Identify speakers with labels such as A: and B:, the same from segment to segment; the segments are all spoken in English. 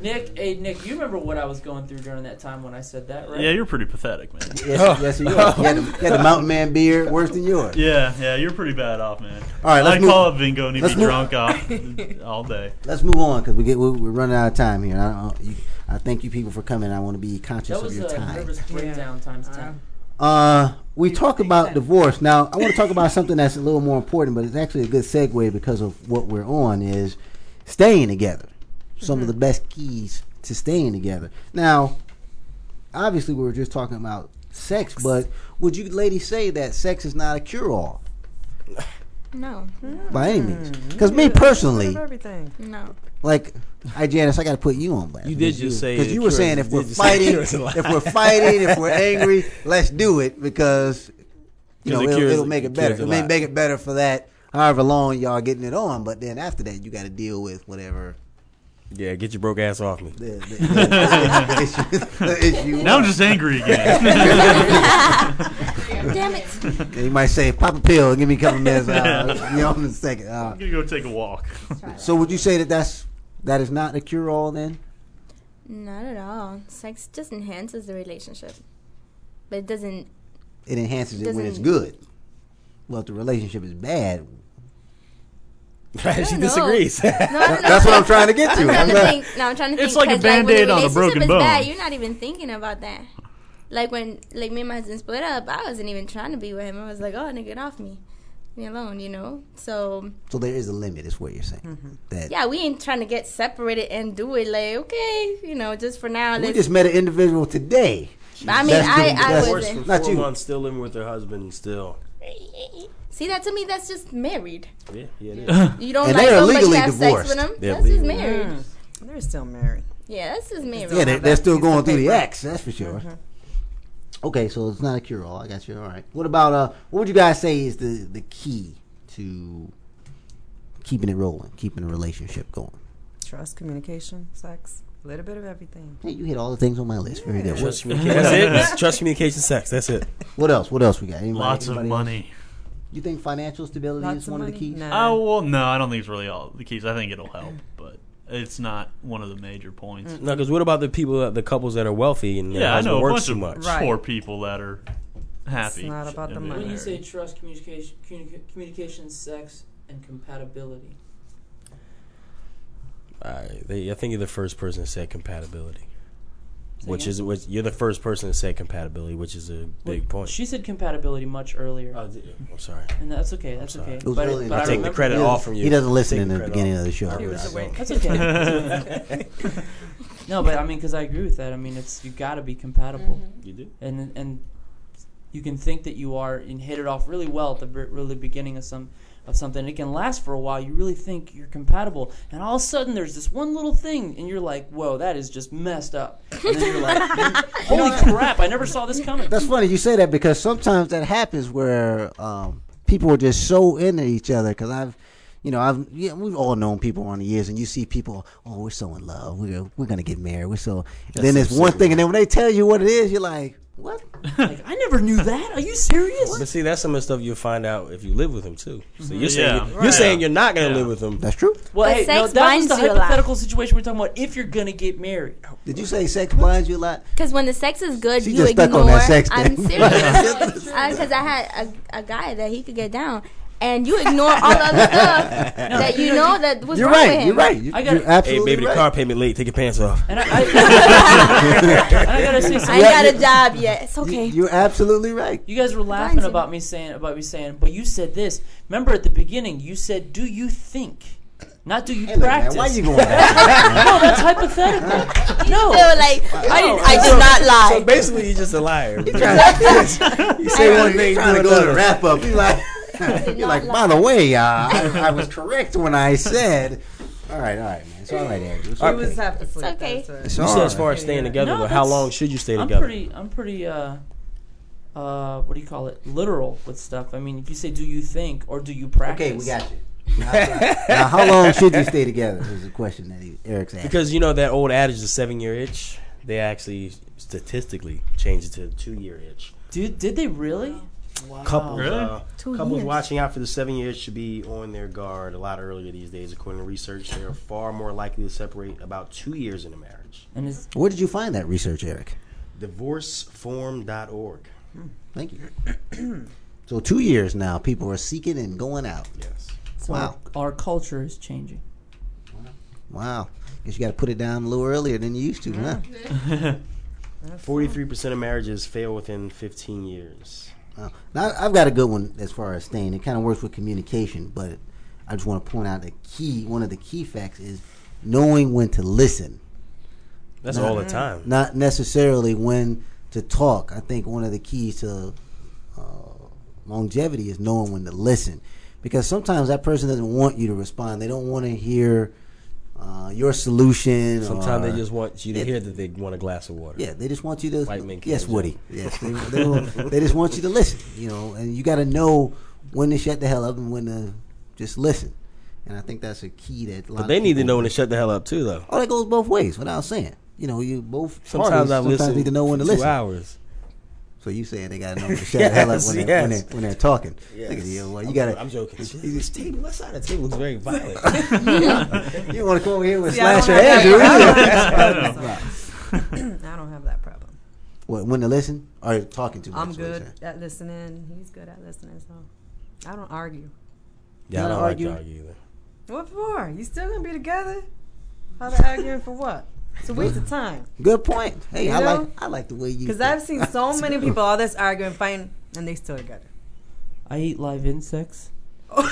A: Nick, hey Nick, you remember what I was going through during that time when I said that, right?
B: Yeah, you're pretty pathetic, man.
C: Yes, yes, he was. He had, a, he had a mountain man beard worse than yours.
B: Yeah, yeah, you're pretty bad off, man.
C: All right, let's
B: I
C: move-
B: call up Vingo and he'd
C: let's
B: be
C: move-
B: drunk off all day.
C: Let's move on because we get we- we're running out of time here. I, don't, you, I thank you people for coming. I want to be conscious
A: That
C: of
A: was
C: your
A: a
C: time.
A: nervous breakdown times ten.
C: Uh, we talk
D: take
C: about
D: that.
C: divorce now. I want to talk about something that's a little more important, but it's actually a good segue because of what we're on is staying together. Some of the
A: Mm-hmm.
C: best keys to staying together. Now, obviously, we were just talking about sex, but would you ladies say that sex is not a cure-all
E: No,
C: by any means? Because me personally,
D: everything.
E: no.
C: like hi Janice, I got to put you on blast.
F: You did just say
C: because
F: it
C: you were
F: cures-
C: saying if
F: you did
C: we're
F: just say it
C: fighting,
F: cures a lot.
C: if we're fighting, if we're angry, let's do it because you
F: 'Cause
C: know
F: it
C: it'll,
F: cures-
C: it'll make it
F: it
C: better.
F: cures a
C: It may
F: lot.
C: make it better for that. However long y'all getting it on, but then after that you got to deal with whatever
F: Yeah, get your broke ass off me.
C: the, the, the issue. The issue
B: Now I'm just angry again.
E: Damn it.
C: you might say, "Pop a pill, give me a couple minutes." Uh, you know, in a second. Uh,
B: I'm gonna go take a walk.
C: so would you say that that's that is not a cure all then?
E: Not at all. Sex just enhances the relationship, but it doesn't.
C: it enhances it when it's
E: Doesn't-
C: good. Well, if the relationship is bad,
F: she
E: know.
F: disagrees.
E: No, I don't know.
C: that's what I'm trying to get to.
E: I'm
C: I'm
E: trying to
C: not-
E: think. No, I'm trying to
B: It's
E: think.
B: like a
E: 'cause,
B: Band-Aid
E: when the
B: on a
E: relationship
B: broken
E: is Bad,
B: bone.
E: you're not even thinking about that. Like when, like me and my husband split up, I wasn't even trying to be with him. I was like, oh, nigga, get off me, Leave me alone, you know. So
C: so there is a limit. Is what you're saying.
D: Mm-hmm.
C: That
E: yeah, we ain't trying to get separated and do it. Like okay, you know, just for now.
C: we
E: Let's,
C: just met an individual today.
E: but I mean,
C: that's
E: I,
C: good-
E: I
C: that's-
E: wasn't.
F: for
C: Not
F: four
C: you.
F: months, still living with her husband, still.
E: See that to me, that's just married.
F: Yeah, yeah, it is.
E: You don't
C: And
E: like
C: they are
E: somebody to
C: legally
E: have
C: divorced.
E: sex with them.
F: They're
E: that's just
F: legally-
E: married.
D: Mm. They're still married.
E: Yeah, that's just married.
C: Yeah, they're,
D: that
C: they're still
D: piece of
C: going through the
D: paper. Mm-hmm.
C: acts. That's for sure. Okay, so it's not a cure all. I got you. All right. What about uh? What would you guys say is the the key to keeping it rolling, keeping the relationship going?
D: Trust, communication, sex, a little bit of everything.
C: Hey, you hit all the things on my list. Very good. What,
F: Trust communication. That's it. It's Trust communication, sex. That's it.
C: what else? What else we got? Anybody,
B: Lots of
C: anybody else?
B: money.
C: You think financial stability
D: Lots
C: is one of,
D: money.
C: the keys?
D: No.
B: Oh well, no, I don't think it's really all the keys. I think it'll help, but it's not one of the major points.
F: No, because what about the people, that, the couples that are wealthy and their
B: Yeah, I
F: husband
B: know a
F: works
B: bunch
F: too
B: of
F: much?
D: Right.
B: poor people that are happy.
D: It's not about the
B: and
D: money.
A: When you
B: they're
A: say trust, communication, communica- communication, sex, and compatibility,
F: I, they, I think you're the first person to say compatibility,
A: Say
F: which
A: again?
F: is which, you're the first person to say compatibility, which is a big point.
A: She said compatibility much earlier,
F: Oh, d- I'm sorry.
A: and that's okay. That's
F: sorry.
A: okay.
C: was
A: But,
C: early in
A: but
C: the
A: I
C: Take the
A: remember-
F: credit
C: He
F: off
C: doesn't-
F: from you.
C: He doesn't listen
F: Take
C: in
F: the
C: the
F: credit
C: beginning
F: off.
C: of the show.
F: He was awake.
A: That's okay. no, but I mean, because I agree with that. I mean, it's you got to be compatible,
D: Mm-hmm.
F: You do?
A: and and you can think that you are and hit it off really well at the ver- really beginning of some of something. It can last for a while. You really think you're compatible, and all of a sudden there's this one little thing, and you're like, "Whoa, that is just messed up." And then you're like, "Holy crap! I never saw this coming."
C: That's funny you say that because sometimes that happens where um, people are just so into each other. Because I've, you know, I've yeah, we've all known people on the years, and you see people, oh, we're so in love, we're we're gonna get married, we're so. And then
F: so
C: there's one
F: sick.
C: thing, and then when they tell you what it is, you're like, what?
A: Like, I never knew that. Are you serious?
F: But see, that's some of the stuff you find out if you live with him too. So you're saying
B: Yeah.
F: you're,
B: Right.
F: saying you're not going to
B: Yeah.
F: live with him.
C: That's true.
A: Well,
E: But
A: hey, no,
E: sex
A: that was
E: binds
A: the
E: you a lot.
A: hypothetical situation we're talking about. If you're gonna get married,
C: Did you say sex blinds you a lot?
E: Because when the sex is good,
C: She
E: you
C: just
E: ignore.
C: stuck on that sex
E: I'm
C: thing.
E: serious. Because I had a, a guy that he could get down, and you ignore all the other stuff that you know that was
C: You're
E: wrong
C: right.
E: with him.
C: You're right. You,
A: I got-
C: you're
F: Hey,
C: absolutely
F: baby, the
C: right.
F: car payment late. Take your pants off.
A: and I, I, and I gotta say
E: I
A: something.
E: ain't
C: Yeah,
E: got a job yet. It's okay.
C: You, are absolutely right.
A: You guys were laughing
E: Blindsided.
A: about me saying about me saying, but you said this. Remember at the beginning, you said, "Do you think?" Not do you
C: Hey, look, man,
A: practice?
C: why you going? back?
A: no, that's hypothetical. no,
E: so like I didn't. I did not lie.
F: So basically, you're just a liar.
C: you say one thing,
F: trying
C: do
F: to
C: another.
F: go to
C: wrap up. You're like, you're like, by the way, uh, I, I was correct when I said. All right, all right, man. It's all right, Andrew. It's
D: She
C: okay.
D: was half asleep.
E: okay.
D: That's
C: It's
D: right.
F: You
C: all
F: said as
C: right.
F: far as staying together,
A: No,
F: but how
A: that's-
F: long should you stay
A: I'm
F: together?
A: pretty. I'm pretty. Uh, uh, what do you call it? Literal with stuff. I mean, if you say, "Do you think?" or "Do you practice?"
C: Okay, we got you. now, how long should you stay together? Is the question that he, Eric's asking.
F: Because you know that old adage, the seven-year itch. They actually statistically changed it to a two-year itch.
A: Dude, did they really? Wow.
G: couples,
B: Really?
G: uh,
D: Two
G: couples
D: years.
G: watching out for the seven years should be on their guard a lot earlier these days. According to research, they are far more likely to separate about two years into marriage.
A: And it's
C: Where did you find that research, Eric?
G: Divorceform.org.
C: Thank you. so two years now, people are seeking and going out.
G: Yes.
A: so
C: Wow.
A: our, our culture is changing.
C: Wow. Guess you got to put it down a little earlier than you used to, huh?
G: Forty-three percent of marriages fail within fifteen years.
C: Wow. Now I've got a good one as far as staying. It kind of works with communication, but I just want to point out the key. One of the key facts is knowing when to listen,
F: That's
C: Nah.
F: all the time.
C: not necessarily when to talk. I think one of the keys to uh, longevity is knowing when to listen, because sometimes that person doesn't want you to respond. They don't want to hear uh, your solution.
F: Sometimes
C: or-
F: they just want you to
C: Yeah.
F: hear that they want a glass of water.
C: Yeah, they just want you to.
F: White men can't
C: yes,
F: jump.
C: Woody. Yes, they, they, will- they just want you to listen. You know, and you got to know when to shut the hell up and when to just listen. And I think that's a key that. A lot
F: But
C: of
F: they need to
C: people-
F: know when to shut the hell up too, though.
C: Oh, that goes both ways. Without saying, you know, you both
F: Sometimes
C: parties
F: I
C: sometimes
F: listen
C: need to know when to
F: for
C: listen.
F: Two hours.
C: So you saying they got to know when to shut the hell up
F: Yes,
C: when, they're, when,
F: yes.
C: they're, when they're talking. Look at
F: Yes.
C: you. Well, you got to.
F: I'm joking. This table, that side of the table looks very violent.
C: You want to come over here with
D: See, I
C: slash
D: don't
C: your
D: have
C: ass,
D: that
C: you
D: problem. I don't have that problem.
C: What, when to listen or talking too much?
D: I'm
C: is what you're
D: good
C: saying.
D: at listening. He's good at listening, so I don't argue.
F: Yeah, I
C: Not
F: don't like
C: argue.
F: y'all either.
D: What for? You still gonna be together? How the arguing for what? It's a waste of time.
C: Good point. Hey,
D: You
C: I
D: know?
C: like I like the way you.
D: Because
C: think.
D: I've seen so many people all this arguing, fighting, and they still together.
A: I eat live insects.
E: Oh,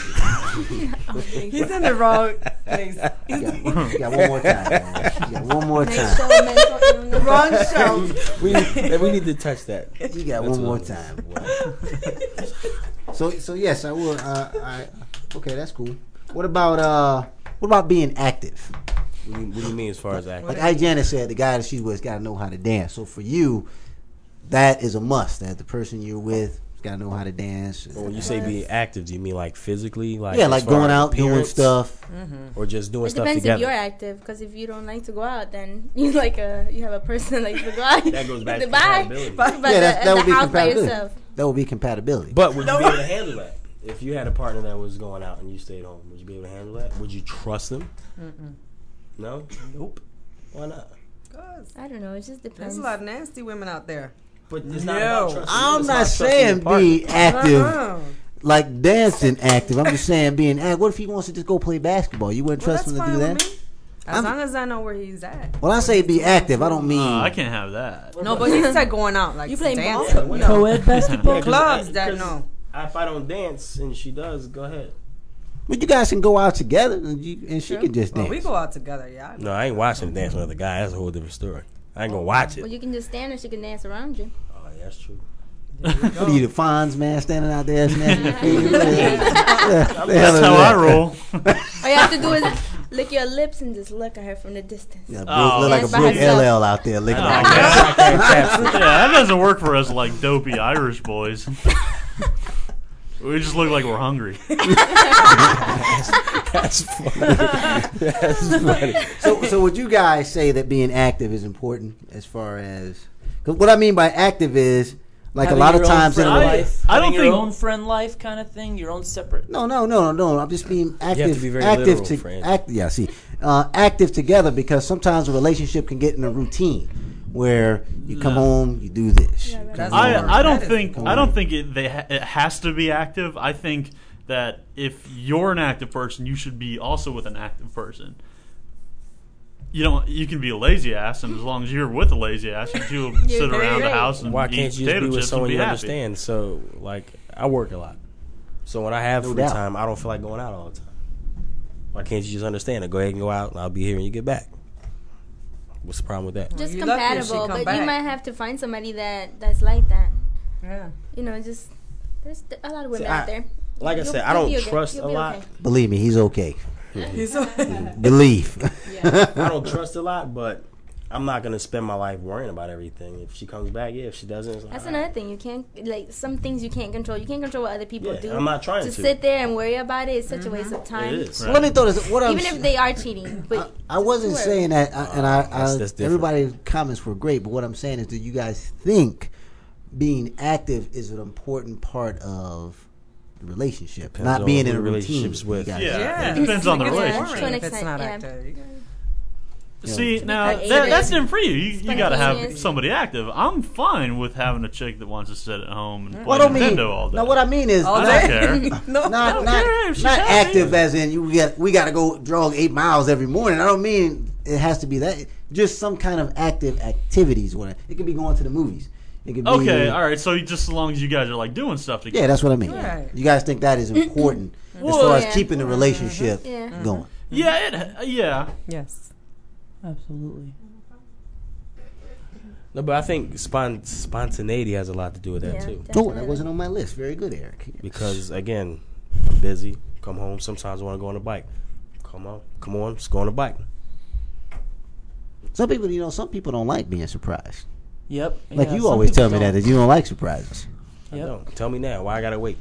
D: He's in the wrong place. He's
C: You
D: the
C: got, you got one more time. man. You got one more time.
D: wrong show.
F: We need, we need to touch that.
C: You got
F: That's
C: one more
F: what-
C: time. boy. so so yes, I will. Uh, I okay, that's cool. What about uh, what about being active?
F: What do you, what do you mean as far as acting?
C: Like I Janice said, the guy that she's with got to know how to dance. So for you, that is a must. That the person you're with has got to know how to dance.
F: But Oh, when you say being active, do you mean like physically, like
C: yeah,
F: as
C: like
F: far
C: going
F: as
C: out doing
F: appearance,
C: stuff.
F: or just doing
E: It
F: stuff
E: depends if
F: together?
E: you're active, because if you don't like to go out, then you like a you have a person like to go out.
G: That goes back
E: the
G: to
E: bye,
G: compatibility.
E: but
C: Yeah,
E: the,
C: that- that
E: the
C: would be
E: house by
C: compatibility.
E: yourself.
C: That would be compatibility.
F: But would you
G: Would
F: be
G: you
F: able
G: be able to handle that? If you had a partner that was going out and you stayed home, would you be able to handle that? Would you trust them? No. Nope. Why not?
D: Cause
E: I don't know. It just depends.
D: there's a lot of nasty women out there.
G: But it's not about
D: No.
G: trusting.
C: I'm
G: It's about
C: not
G: trusting
C: saying
G: your partner.
C: be active.
D: Uh-uh.
C: like dancing active. I'm just saying being active. What if he wants to just go play basketball? You wouldn't
D: Well,
C: trust
D: that's
C: him to
D: fine
C: do
D: with
C: that.
D: me. As
C: I'm-
D: long as I know where he's at.
C: When I say be active, I don't mean
B: Uh, I can't have that.
D: No, but you said going out like
E: You playing ball?
D: dancing.
G: Yeah,
D: No.
A: Co-ed basketball.
G: Yeah, 'cause
D: Clubs
G: I-
D: that
G: 'cause
D: no.
G: If I don't dance and she does, go ahead.
C: But you guys can go out together, and, you, and she can just
D: Well,
C: dance.
D: we go out together, yeah.
F: No, I ain't watching him dance with another guy. That's a whole different story. I ain't gonna watch
E: Well,
F: it.
E: you can just stand and she can dance around you.
F: Oh, yeah, that's true.
C: what are you, the Fonz man, standing out there smashing your feet? That's
B: That's how I roll.
E: All you have to do is lick your lips and just look at her from the distance.
C: Yeah, Brooke,
B: Oh.
C: look like a
E: Dance by
C: Brooke
E: herself.
C: LL out there licking.
B: Oh,
C: her.
B: man.
F: I can't capture it.
B: Yeah, that doesn't work for us like dopey Irish boys. We just look like we're hungry.
F: That's funny. That's funny.
C: So, so would you guys say that being active is important as far as? Cause what I mean by active is like
A: Having
C: a lot of
A: your own
C: times in a
A: friend
B: life.
A: life,
B: I don't
A: having your
B: think-
A: own friend life kind of thing, your own separate.
C: No, no, no, no, no. I'm just being active.
F: be very
C: active
F: literal,
C: to
F: Fran.
C: act. Yeah, see, uh, active together because sometimes a relationship can get in a routine where you come
B: No.
C: home, you do this.
E: Yeah,
C: you
E: right.
C: come
D: That's
C: home.
D: hard.
B: I, I don't
D: That is
B: think I
C: hard.
B: don't think it they ha- it has to be active. I think that if you're an active person, you should be also with an active person. You don't. You can be a lazy ass, and as long as you're with a lazy ass, you two sit
E: very
B: around the
E: right.
B: house and
F: Why
B: eat
F: can't you just
B: potato
F: be with
B: chips and
F: someone
B: be
F: you
B: happy.
F: understand? So, like, I work a lot. So when I have
C: No
F: free
C: doubt.
F: time, I don't feel like going out all the time. Why can't you just understand it? Go ahead and go out, and I'll be here when you get back. What's the problem with that?
E: Just
D: You lucky if she
E: compatible,
D: come
E: but you
D: back.
E: might have to find somebody that that's like that.
D: Yeah.
E: You know, just there's th- a lot of women
G: I-
E: out there.
G: Like I
E: You'll-
G: said, I
E: you'll
G: don't
E: be okay.
G: trust
E: You'll
G: a
E: be
G: lot.
E: okay.
C: Believe me, he's okay.
D: He's so-
C: Believe.
G: I don't trust a lot, but I'm not gonna spend my life worrying about everything. If she comes back, yeah. If she doesn't, it's like,
E: That's
G: all right.
E: another thing. You can't like some things you can't control. You can't control what other people
G: Yeah,
E: do.
G: I'm not trying
E: to,
G: to. Mm-hmm.
E: sit there and worry about it is such a waste of time.
G: It is.
B: Right.
C: Let me throw this. What I'm
E: Even if they are cheating, but
C: I wasn't
E: Sure.
C: saying that, I, and I, I
F: Ah, That's- that's different.
C: everybody's comments were great. But what I'm saying is, do you guys think being active is an important part of the relationship.
F: Depends
C: not
F: on
C: being in
F: who
C: a
F: relationships
C: routine.
F: with.
C: You gotta-
B: Yeah,
D: Yeah.
B: it depends on the
D: It's
E: Yeah.
B: relationship.
D: boring
E: To an
D: if it's not
E: extent, yeah.
D: active. You gotta-
C: Yeah.
B: See, now
E: creative.
B: that, that's different for you. You, you got to have
E: Spontaneous.
B: somebody active. I'm fine with having a chick that wants to sit at home and play
C: What I
B: Nintendo
C: mean,
B: all day.
C: no, what I mean is
D: All
B: I
C: not,
D: day?
B: don't care.
D: No,
C: not,
B: don't
C: not,
B: care if she's
C: not
B: happy.
C: active as in you got we got to go jog eight miles every morning. I don't mean it has to be that. Just some kind of active activities. Where it could be going to the movies. It could be
B: Okay, all right. So you- just as long as you guys are like doing stuff together.
C: Yeah, that's what I mean.
D: Right.
C: You guys think that is important as
B: Well,
C: far as
E: yeah.
C: keeping the relationship
E: Yeah.
C: going.
B: Yeah, it, yeah.
D: Yes.
A: Absolutely.
F: No, but I think spon- spontaneity has a lot to do with that
E: Yeah,
F: too.
C: Oh,
E: definitely.
C: that wasn't on my list. Very good, Eric.
F: Because again, I'm busy. Come home. Sometimes I want to go on a bike. Come on, come on. Let's go on a bike.
C: Some people, you know, some people don't like being surprised.
A: Yep.
C: Like
A: yeah,
C: you
A: some
C: always
A: people
C: tell me that,
A: don't.
C: that you don't like surprises.
F: I
A: Yep.
F: don't. Tell me now. Why I gotta wait?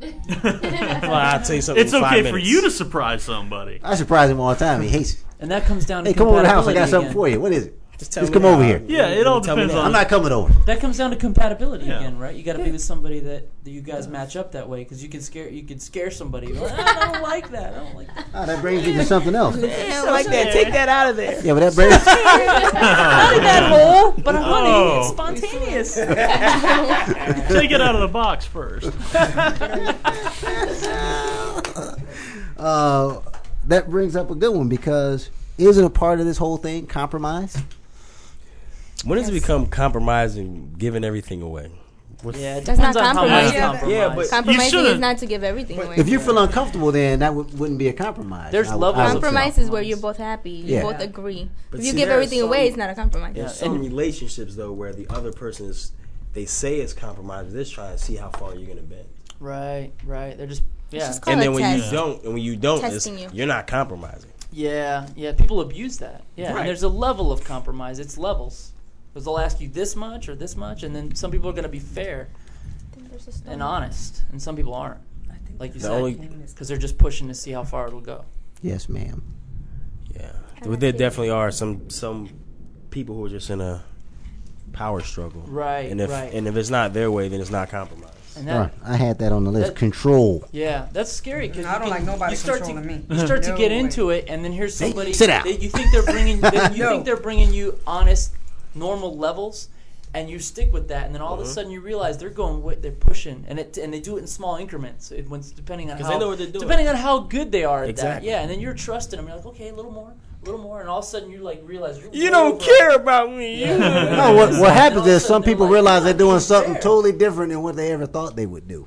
B: it's
F: Well, I'll tell you something. in five
B: okay for
F: minutes.
B: you to surprise somebody.
C: I surprise him all the time. He hates it.
A: And that comes down to
C: Hey, come over to the house. I
A: compatibility
C: got something
A: again.
C: for you. What is it?
F: Just, tell
C: Just
F: me
C: come over
F: now.
C: here.
B: Yeah, it all
F: Tell me
B: depends
F: now.
B: on-
C: I'm not coming over.
A: That comes down to compatibility
B: Yeah.
A: again, right? You got to be with somebody that, that you guys match up that way because you can scare you can scare somebody. You're like, "Ah, I don't like that. I don't like that.
C: Ah, that brings you to something else. Yeah,
D: I don't like that. Take that out of there.
C: but that brings.
D: Out of that hole. But honey,
B: Oh.
D: it's spontaneous.
B: Take it out of the box first.
C: uh, that brings up a good one because isn't a part of this whole thing compromise?
F: When does it become compromising, giving everything away? What's-
A: Yeah, it
E: That's not
A: depends on how
E: compromise.
A: much
D: Yeah,
A: compromise.
F: yeah, but-
E: Compromising is
B: shouldn't-
E: not to give everything away.
C: If you feel uncomfortable, then that w- wouldn't be a compromise.
A: There's
C: I would-
A: levels
C: I
A: of
C: would feel.
E: compromise is where you're both happy, you
C: Yeah.
E: both agree.
F: But
E: if you
F: see,
E: give
F: there are
E: everything away,
F: some-
E: it's not a compromise.
A: Yeah.
F: Some
A: and-
F: relationships though, where the other person is, they say it's compromised. but They're just trying to see how far you're gonna bend.
A: Right, right. They're just yeah,
E: just called-
F: And then
E: a
F: when you
E: test.
F: don't, and when you don't, it's,
E: Testing you.
F: you're not compromising.
A: yeah, yeah. People abuse that. Yeah,
F: Right.
A: and there's a level of compromise. It's levels because they'll ask you this much or this much, and then some people are going to be fair and honest, and some people aren't. Like you
F: The
A: said,
F: only-
A: because they're just pushing to see how far it'll go.
C: Yes, ma'am.
F: Yeah,
E: Kinda
F: but there
E: feel-
F: definitely are some some people who are just in a power struggle.
A: Right,
F: And if
A: right.
F: and if it's not their way, then it's not compromised.
A: And
C: All
A: that,
C: right, I had that on the list.
A: That-
C: Control.
A: yeah, that's scary because
D: I don't like nobody
A: you start to,
D: controlling me.
A: You start to
D: No
A: get
D: way.
A: into it, and then here's
C: Hey,
A: somebody.
C: sit down.
A: that you think they're bringing. that you
D: No.
A: think they're bringing you honest, normal levels, and you stick with that, and then all
F: Mm-hmm.
A: of a sudden you realize they're going. wi- They're pushing, and it and they do it in small increments. It, when, depending on
F: 'Cause
A: how
F: they know what they're doing.
A: depending on how good they are at
F: Exactly.
A: that. Yeah, and then you're trusting them. You're like, okay, a little more, a little more, and all of a sudden you like realize you're way
F: You don't
A: over-
F: care about me.
A: Yeah.
C: No, what, what happens
A: They're
C: is some
A: also- they're
C: people
A: like,
C: realize
A: "Oh,
C: they're doing
A: it's
C: something
A: fair."
C: totally different than what they ever thought they would do.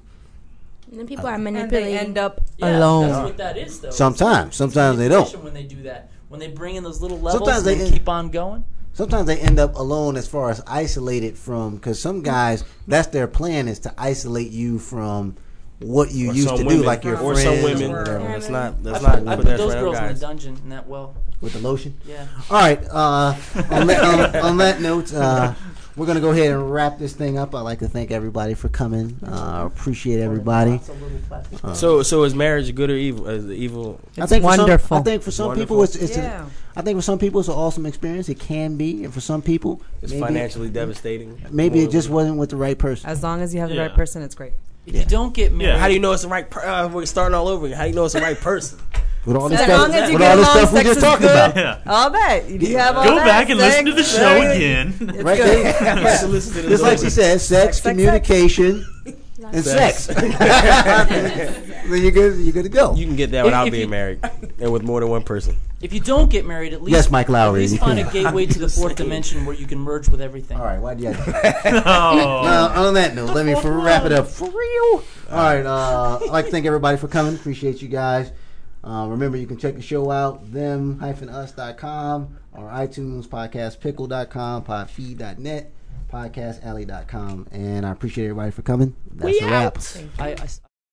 E: And then people are
D: And they
E: manipulating.
D: end up
A: Yeah, That's
D: alone.
A: what that is, though.
C: Sometimes. Sometimes they don't.
A: When they do that, when they bring in those little levels,
C: Sometimes they
A: and
C: is.
A: keep on going.
C: Sometimes they end up alone as far as isolated from, because some guys, that's their plan is to isolate you from what you
F: Or
C: used to
F: some
C: do,
F: women-
C: like your
F: or
C: friends
F: some women.
C: or whatever,
F: That's not. That's
A: I
F: not.
A: put, I
F: but
A: put
F: that's
A: those
F: for them
A: girls in
F: guys.
A: the dungeon in that well.
C: with the lotion.
A: Yeah.
C: All right. Uh, on, that, on, on that note, uh, we're going to go ahead and wrap this thing up. I'd like to thank everybody for coming. Uh, appreciate everybody.
A: Lots of little plastic.
C: Uh,
F: So, so is marriage good or evil? Is it evil?
C: I think For
H: wonderful.
C: some, I think for some people, it's,
F: wonderful.
C: it's
D: Yeah.
C: a, I think for some people, it's an awesome experience. It can be, and for some people,
F: It's
C: maybe,
F: financially devastating.
C: Maybe it
F: Morally-
C: just wasn't with the right person.
D: As long as you have the
B: Yeah.
D: right person, it's great.
A: If you don't get married,
B: Yeah.
F: How do you know it's the right? Per- uh, we're starting all over again. How do you know it's the right person?
C: With all the
D: As
C: stuff,
D: long as you
C: with
D: get
C: all the
D: along,
C: stuff we
D: sex
C: just
D: is
C: talked
D: good.
C: about,
B: Yeah.
D: All that. You have all
B: Go
D: that
B: back and listen to the
D: sex,
B: show
D: sex.
B: again.
C: right? there.
F: Just listen to this
C: Just like
F: over.
C: she said, sex,
D: Sex, sex,
C: communication, and sex.
F: Sex.
C: then you're good. You're good to go.
F: You can get that
A: If-
F: without
A: if
F: being
A: you-
F: married and with more than one person.
A: if you don't get married, at least
C: yes, Mike
A: at
C: Lowry.
A: least
C: you
A: find a
C: can.
A: gateway to the fourth
F: saying.
A: dimension where you can merge with everything.
C: All right. Why do you?
B: Oh.
C: Uh, on that note, let me for, wrap it up for real. All right, uh, I'd like to thank everybody for coming. Appreciate you guys. Uh, remember, you can check the show out them-us.com or iTunes, podcastpickle.com, podfeed.net, podcastalley.com. And I appreciate everybody for coming. That's a wrap.
A: I- I s-